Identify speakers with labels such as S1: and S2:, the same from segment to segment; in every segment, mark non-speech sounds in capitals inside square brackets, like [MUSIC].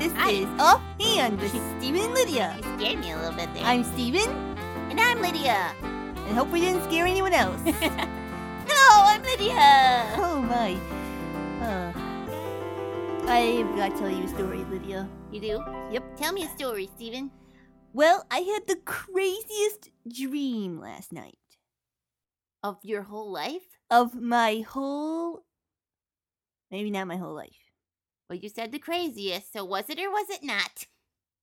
S1: is up and with Steven and Lydia.
S2: You scared me a little bit there.
S1: I'm Steven,
S2: and I'm Lydia.
S1: and hope we didn't scare anyone else.
S2: Hello, I'm Lydia.
S1: oh my. Uh, I've got to tell you a story, Lydia.
S2: [LAUGHS] You do?
S1: Yep.
S2: Tell me a story, Steven.
S1: Well, I had the craziest dream last night
S2: Of your whole life?
S1: of my whole. Maybe not my whole life.
S2: Well, you said the craziest, so was it or was it not?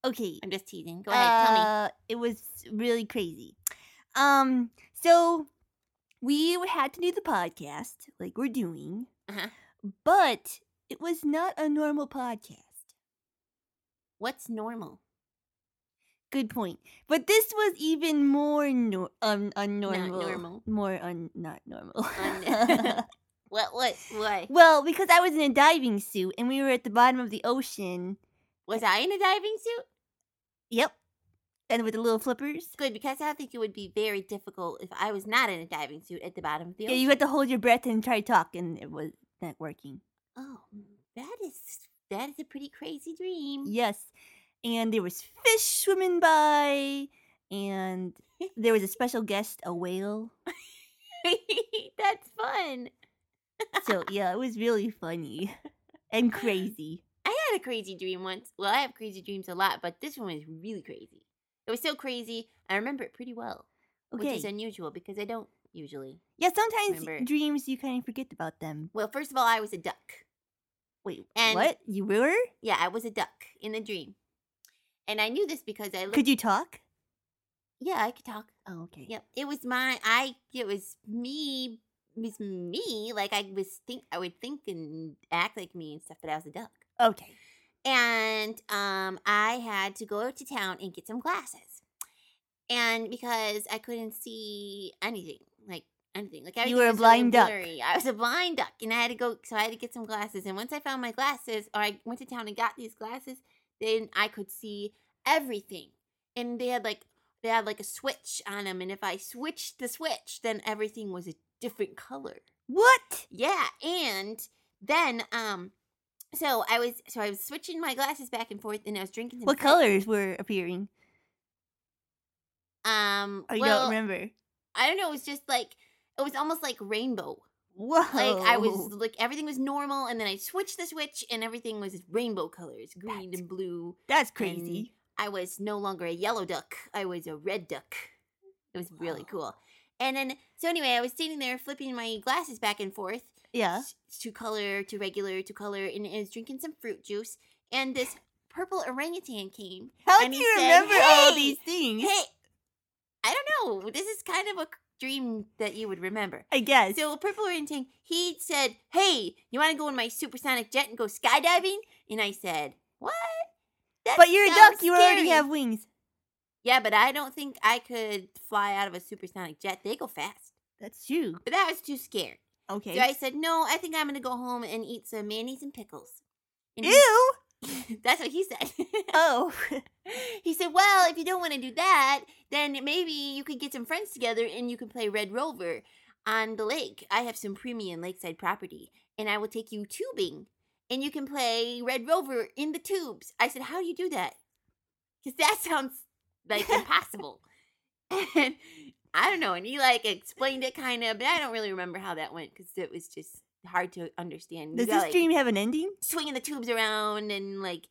S1: Okay.
S2: I'm just teasing. Go ahead, tell me.
S1: Uh, It was really crazy. Um, so we had to do the podcast like we're doing,
S2: Uh-huh.
S1: but it was not a normal podcast.
S2: What's normal?
S1: Good point. But this was even more nor- um, unnormal.
S2: normal.
S1: More un- not normal.
S2: Un- [LAUGHS] What, what, why?
S1: [LAUGHS] well, because I was in a diving suit and we were at the bottom of the ocean.
S2: Was I in a diving suit?
S1: Yep. And with the little flippers.
S2: Good, because I think it would be very difficult if I was not in a diving suit at the bottom of the
S1: Yeah,
S2: ocean.
S1: you had to hold your breath and try to talk, and it was not working.
S2: oh, that is, that is a pretty crazy dream.
S1: Yes. And there was fish swimming by
S2: [LAUGHS]
S1: and there was a special guest, a whale.
S2: [LAUGHS] That's fun.
S1: So yeah, it was really funny [LAUGHS]
S2: [LAUGHS]
S1: and crazy.
S2: I had a crazy dream once. Well, I have crazy dreams a lot, but this one was really crazy. It was so crazy, I remember it pretty well, which
S1: Okay.
S2: is unusual because I don't usually.
S1: yeah, sometimes
S2: Remember.
S1: dreams you kind of forget about them.
S2: Well, first of all, I was a duck.
S1: Wait,
S2: And-
S1: what? You were?
S2: Yeah, I was a duck in the dream, and I knew this because I looked.
S1: Could you talk?
S2: yeah, I could talk.
S1: Oh, okay.
S2: Yep, it was my. I. It was me. It was me. Like I was think. I would think and act like me and stuff, but I was a duck.
S1: Okay.
S2: and um, I had to go to town and get some glasses, and because I couldn't see anything, like anything, like everything
S1: were a
S2: was really
S1: blind duck.
S2: blurry. I was a blind duck, and I had to go, so I had to get some glasses. And once I found my glasses, or I went to town and got these glasses, then I could see everything. And they had like they had like a switch on them, and if I switched the switch, then everything was a different color.
S1: What?
S2: Yeah, and then um, so I was so I was switching my glasses back and forth, and I was drinking. Some
S1: What
S2: Coke.
S1: colors were appearing?
S2: Um,
S1: Oh, you
S2: well,
S1: don't remember.
S2: I don't know. It was just like it was almost like rainbow.
S1: Whoa.
S2: Like I
S1: Oh.
S2: was like everything was normal, and then I switched the switch, and everything was rainbow colors, green
S1: That's
S2: and blue.
S1: [LAUGHS] That's crazy.
S2: I was no longer a yellow duck. I was a red duck. It was really
S1: Wow.
S2: cool. And then so anyway, I was sitting there flipping my glasses back and forth,
S1: Yeah.
S2: s- to color to regular to color and is drinking some fruit juice and this purple orangutan came
S1: How
S2: And
S1: do
S2: he
S1: you
S2: said,
S1: remember all
S2: "Hey,
S1: these things?
S2: hey i don't know this is kind of a dream that you would remember
S1: I guess.
S2: so purple orangutan he said hey you want to go in my supersonic jet and go skydiving and i said what That
S1: but you're a
S2: sounds
S1: duck. You already
S2: scary."
S1: have wings.
S2: yeah but i don't think i could fly out of a supersonic jet they go fast
S1: That's you.
S2: but that was too scared
S1: Okay.
S2: so i said no i think i'm gonna go home and eat some mayonnaise and pickles and he-
S1: Ew.
S2: [LAUGHS] that's what he said
S1: [LAUGHS] Oh.
S2: He said, Well, if you don't want to do that, then maybe you could get some friends together and you can play Red Rover on the lake. I have some premium lakeside property and I will take you tubing and you can play Red Rover in the tubes. I said, How do you do that? Because that [LAUGHS] sounds like impossible. and I don't know. And he like explained it kind of, but I don't really remember how that went because it was just hard to understand. You
S1: Does
S2: got,
S1: this
S2: like,
S1: dream have an ending?
S2: swinging the tubes around and like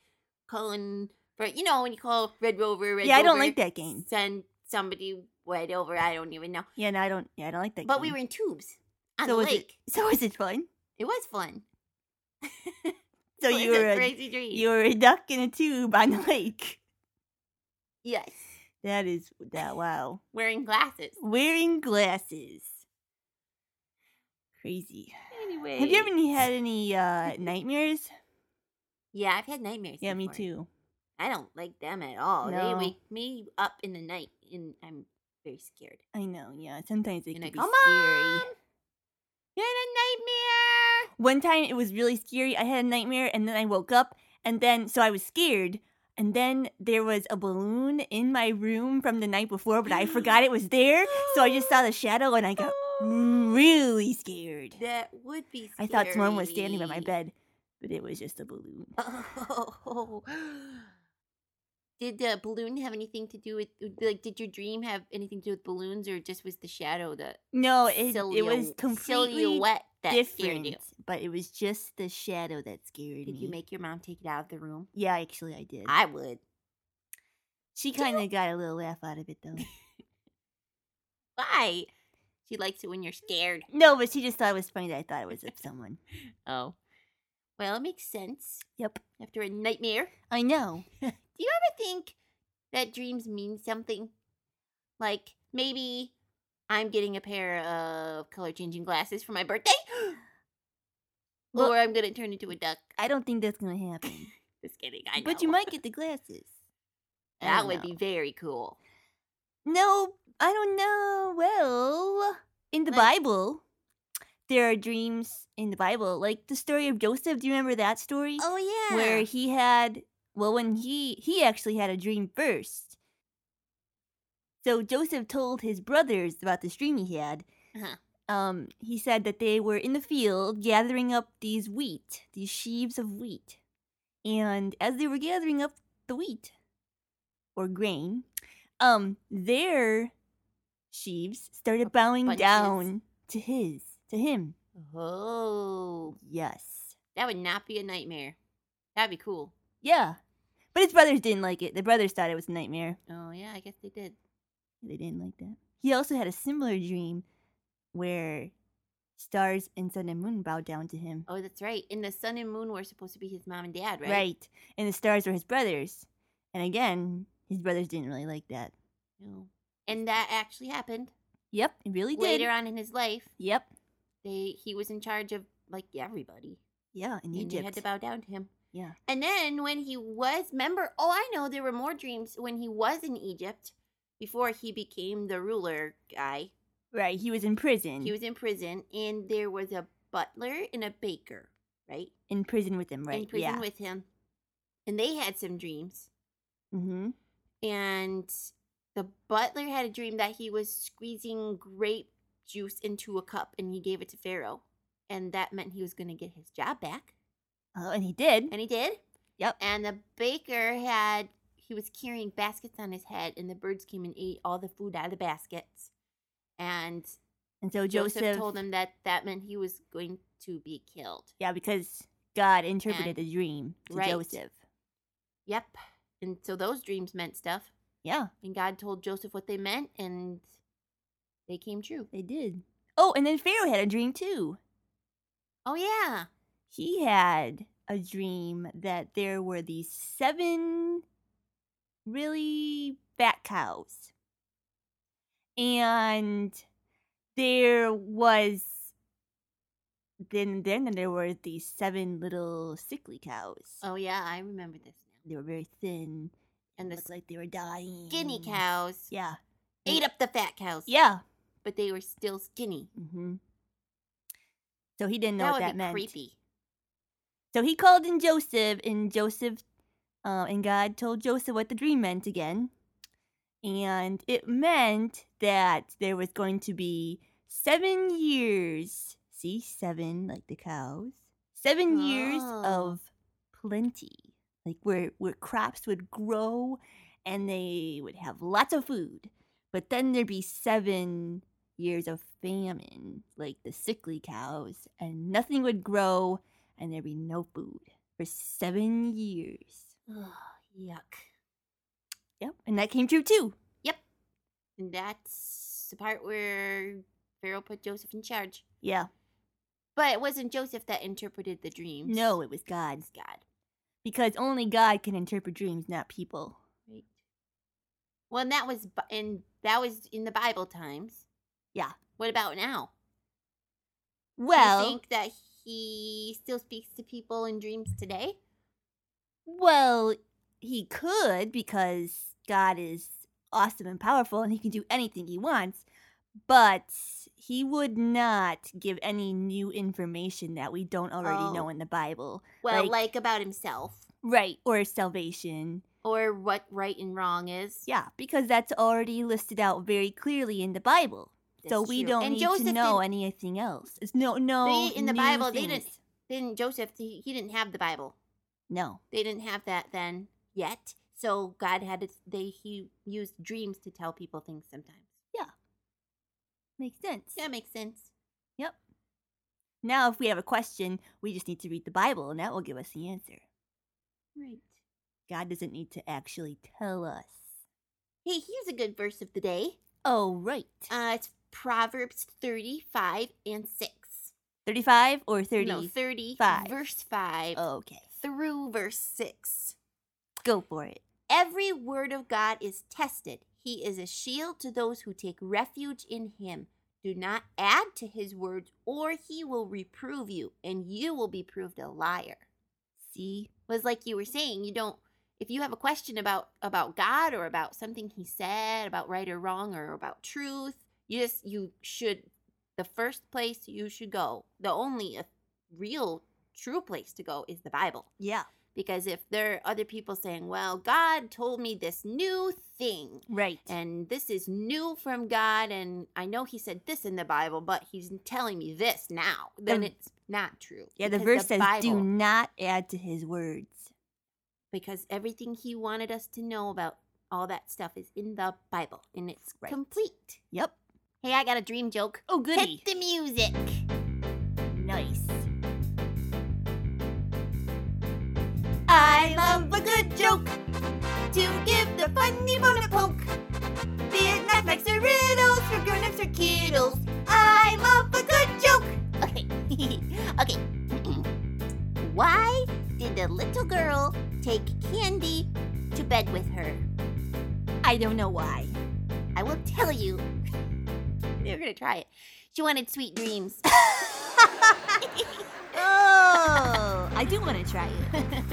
S2: calling for you know when you call Red Rover. Red
S1: yeah, I don't
S2: Rover,
S1: like that game.
S2: Send somebody right over. I don't even know.
S1: Yeah, no, I don't. Yeah, I don't like that.
S2: But
S1: game.
S2: we were in tubes on
S1: So
S2: the
S1: was it-
S2: lake.
S1: [LAUGHS] So is it fun?
S2: It, was fun.
S1: So
S2: It was
S1: you were
S2: a
S1: a,
S2: crazy dream.
S1: you were a duck in a tube on the [LAUGHS] lake.
S2: yes,
S1: That is that. Wow.
S2: wearing glasses.
S1: Wearing glasses. Crazy.
S2: Anyway,
S1: Have you ever any- had
S2: [LAUGHS]
S1: any uh, nightmares?
S2: Yeah, I've had nightmares.
S1: Yeah, me
S2: before.
S1: too.
S2: I don't like them at all.
S1: No.
S2: They wake me up in the night, and I'm very scared.
S1: I know. Yeah, sometimes it
S2: And
S1: can
S2: I
S1: be
S2: come
S1: scary.
S2: on, you're in a nightmare.
S1: One time it was really scary. I had a nightmare and then I woke up and then so I was scared. And then there was a balloon in my room from the night before, [GASPS] but I forgot it was there. So I just saw the shadow and I
S2: [GASPS]
S1: mm, got really scared.
S2: That would be.
S1: I thought someone was standing by my
S2: scary.
S1: bed. but it was just a balloon.
S2: [LAUGHS] Oh. Did the balloon have anything to do with like did your dream have anything to do with balloons or just was the shadow the
S1: No, Oh, it, it was
S2: silhou-
S1: completely
S2: silhouette that scared
S1: different,
S2: you?
S1: but it was just the shadow that scared
S2: Did
S1: me.
S2: you make your mom take it out of the room?
S1: Yeah, actually, I did.
S2: I would.
S1: she
S2: Did you-
S1: kind of got a little laugh out of it though.
S2: Why? She likes it when you're scared.
S1: [LAUGHS] no, but she just thought it was funny that I thought it was of someone.
S2: Oh. Well, it makes sense.
S1: Yep,
S2: After a nightmare.
S1: I know.
S2: Do you ever think that dreams mean something? Like maybe I'm getting a pair of color changing glasses for my birthday? [GASPS]
S1: Well-
S2: or I'm gonna turn into a duck.
S1: I don't think that's gonna happen.
S2: Just kidding. I know.
S1: But you might get the glasses. I
S2: That
S1: don't
S2: would
S1: know.
S2: be very cool.
S1: No, I don't know. Well, in the
S2: Like-
S1: Bible, there are dreams in the Bible, like the story of Joseph. Do you remember that story?
S2: Oh yeah.
S1: Where he had, well, when he he actually had a dream first. So Joseph told his brothers about this dream he had.
S2: Uh-huh.
S1: Um, he said that they were in the field gathering up these wheat, these sheaves of wheat, and as they were gathering up the wheat or grain, um, their sheaves started bowing
S2: Bunches.
S1: down to his, to him.
S2: Oh.
S1: Yes.
S2: That would not be a nightmare. That'd be cool.
S1: Yeah. But his brothers didn't like it. The brothers thought it was a nightmare.
S2: Oh yeah, I guess they did.
S1: They didn't like that. He also had a similar dream where stars and sun and moon bowed down to him.
S2: Oh, that's right. And the sun and moon were supposed to be his mom and dad, right?
S1: right? And the stars were his brothers. And again, his brothers didn't really like that.
S2: No. Oh. And that actually happened
S1: Yep, it really did.
S2: later on in his life.
S1: Yep.
S2: They he was in charge of like everybody.
S1: Yeah, in
S2: And
S1: Egypt.
S2: you had to bow down to him.
S1: Yeah.
S2: And then when he was, remember, oh, I know there were more dreams when he was in Egypt before he became the ruler guy.
S1: right, he was in prison.
S2: He was in prison and there was a butler and a baker, right?
S1: in prison with them, right?
S2: In prison
S1: yeah.
S2: with him. And they had some dreams.
S1: mm-hmm.
S2: And the butler had a dream that he was squeezing grape juice into a cup and he gave it to Pharaoh. And that meant he was going to get his job back.
S1: Oh, and he did.
S2: And he did.
S1: Yep.
S2: And the baker had he was carrying baskets on his head, and the birds came and ate all the food out of the baskets. And
S1: And so
S2: Joseph,
S1: Joseph,
S2: told him that that meant he was going to be killed.
S1: Yeah, because God interpreted
S2: And-
S1: the dream to
S2: right.
S1: Joseph.
S2: Yep. And so those dreams meant stuff,
S1: Yeah,
S2: and God told Joseph what they meant, and they came true.
S1: they did. Oh, and then Pharaoh had a dream too.
S2: Oh yeah,
S1: He had a dream that there were these seven really fat cows. And there was then then there were these seven little sickly cows.
S2: oh yeah, I remember this now.
S1: They were very thin
S2: And the
S1: looked like they were dying.
S2: skinny cows
S1: Yeah.
S2: ate up the fat cows.
S1: Yeah.
S2: but they were still skinny.
S1: hmm So he didn't know
S2: that
S1: what
S2: would
S1: that
S2: be
S1: meant.
S2: creepy.
S1: So he called in Joseph, and Joseph, uh, and God told Joseph what the dream meant again. And it meant that there was going to be seven years. See, seven, like the cows. Seven years
S2: Oh.
S1: of plenty, like where, where crops would grow and they would have lots of food. But then there'd be seven years of famine, like the sickly cows, and nothing would grow and there'd be no food for seven years.
S2: Ugh, yuck.
S1: Yep. And that came true too.
S2: And that's the part where Pharaoh put Joseph in charge.
S1: Yeah.
S2: But it wasn't Joseph that interpreted the dreams.
S1: No, it was God.
S2: It's God.
S1: Because only God can interpret dreams, not people.
S2: Right. Well, and that was bu- and that was in the Bible times.
S1: Yeah.
S2: What about now? Do you
S1: Well,
S2: think that he still speaks to people in dreams today?
S1: well, he could because God is awesome and powerful and he can do anything he wants, but he would not give any new information that we don't already
S2: Oh.
S1: know in the Bible.
S2: Well,
S1: Like-
S2: like, about himself
S1: Right. Or salvation.
S2: or what right and wrong is.
S1: Yeah, because that's already listed out very clearly in the Bible. so
S2: That's
S1: we
S2: true.
S1: don't
S2: and
S1: need
S2: Joseph
S1: to know
S2: did-
S1: anything else. It's no no
S2: They- in the
S1: new
S2: Bible, they didn't-
S1: things.
S2: Then Joseph, he, he didn't have the Bible.
S1: No.
S2: They didn't have that then yet. So God had to, they he used dreams to tell people things sometimes.
S1: Makes sense.
S2: That makes sense.
S1: Now, if we have a question, we just need to read the Bible, and that will give us the answer.
S2: Right.
S1: God doesn't need to actually tell us.
S2: Hey, here's a good verse of the day.
S1: Oh, right.
S2: Uh, it's Proverbs 35 and 6.
S1: 35 or 30?
S2: No, 30,
S1: five.
S2: verse 5
S1: Okay,
S2: through verse 6.
S1: go for it.
S2: Every word of God is tested. He is a shield to those who take refuge in him. Do not add to his words, or he will reprove you, and you will be proved a liar. See, was like you were saying, you don't. If you have a question about about God or about something He said about right or wrong or about truth, you just you should. The first place you should go, the only uh, real true place to go, is the Bible
S1: Yeah,
S2: because if there are other people saying, "Well, God told me this new thing
S1: right.
S2: and this is new from God and I know he said this in the Bible, but he's telling me this now." Then
S1: The-
S2: it's not true.
S1: yeah, the
S2: because
S1: verse says, Do not add to his words.
S2: because everything he wanted us to know about all that stuff is in the Bible and it's
S1: Right.
S2: complete.
S1: Yep.
S2: Hey, I got a dream joke.
S1: Oh,
S2: Hit the music.
S1: Nice.
S2: I love a good joke to give the funny bone a poke. Be it knife or riddles for grown-ups or kiddles. I love a good joke. Okay, [LAUGHS] okay. Why did the little girl take candy to bed with her?
S1: I don't know why.
S2: I will tell you. [LAUGHS] We're gonna try it. She wanted sweet dreams. [LAUGHS]
S1: Oh, I do want to try it.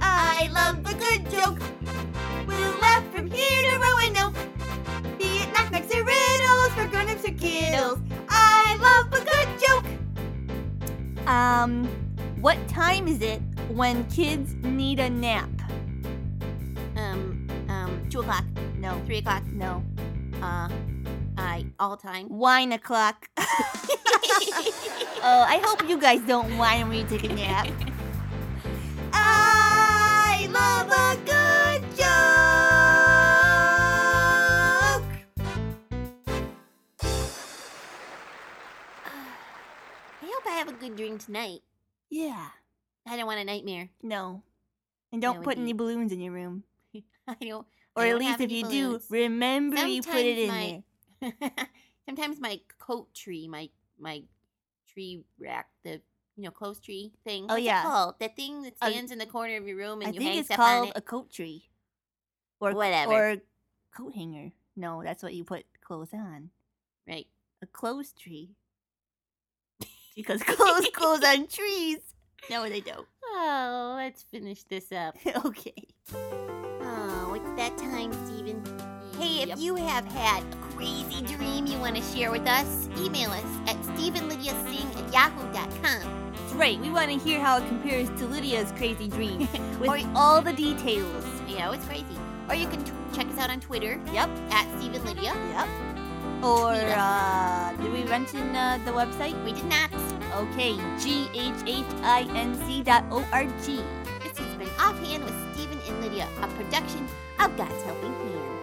S2: I love a good joke. We'll laugh from here to Roanoke. Be it knockbacks or riddles for grown-ups or kiddles. I love [LAUGHS] a good joke.
S1: Um, what time is it when kids need a nap?
S2: Um, um, two o'clock,
S1: No,
S2: three o'clock.
S1: no.
S2: Uh, I all time.
S1: Wine o'clock. [LAUGHS] Oh, I hope you guys don't whine when you take a nap.
S2: I love a good joke. I hope I have a good dream tonight.
S1: yeah.
S2: I don't want a nightmare. [LAUGHS]
S1: No. And
S2: That
S1: don't
S2: would
S1: put any
S2: be-
S1: balloons in your room.
S2: I don't. [LAUGHS]
S1: Or
S2: I
S1: at
S2: don't
S1: least
S2: have
S1: if
S2: any
S1: you
S2: balloons.
S1: do, remember you put it
S2: Sometimes
S1: in
S2: my- Sometimes my coat tree, my my tree rack, the you know clothes tree thing.
S1: Oh,
S2: what's it
S1: yeah.
S2: called? that thing that
S1: Uh,
S2: stands in the corner of your room
S1: there.
S2: and
S1: I
S2: you hang
S1: think it's
S2: stuff on
S1: called
S2: it.
S1: a coat tree. Or
S2: Whatever.
S1: Or coat hanger. No, that's what you put clothes on.
S2: right.
S1: A clothes tree. Because clothes grows [LAUGHS] on trees. No, they don't.
S2: Oh, let's finish this up.
S1: [LAUGHS] okay.
S2: Oh, it's that time, Steven. Hey, if you have had a crazy dream you want to share with us, email us at StephenLydiaSing at yahoo.com.
S1: That's right. We want to hear how it compares to Lydia's crazy [LAUGHS] dream with
S2: Or-
S1: all the details.
S2: Yeah, it's crazy. Or you can t- check us out on Twitter
S1: Yep.
S2: at StephenLydia.
S1: Yep. Or
S2: Tweet
S1: uh, did we mention uh, the website?
S2: We did not.
S1: Okay, g h h i n c dot o r g.
S2: This has been Offhand with Stephen and Lydia, a production of God's Helping Hand.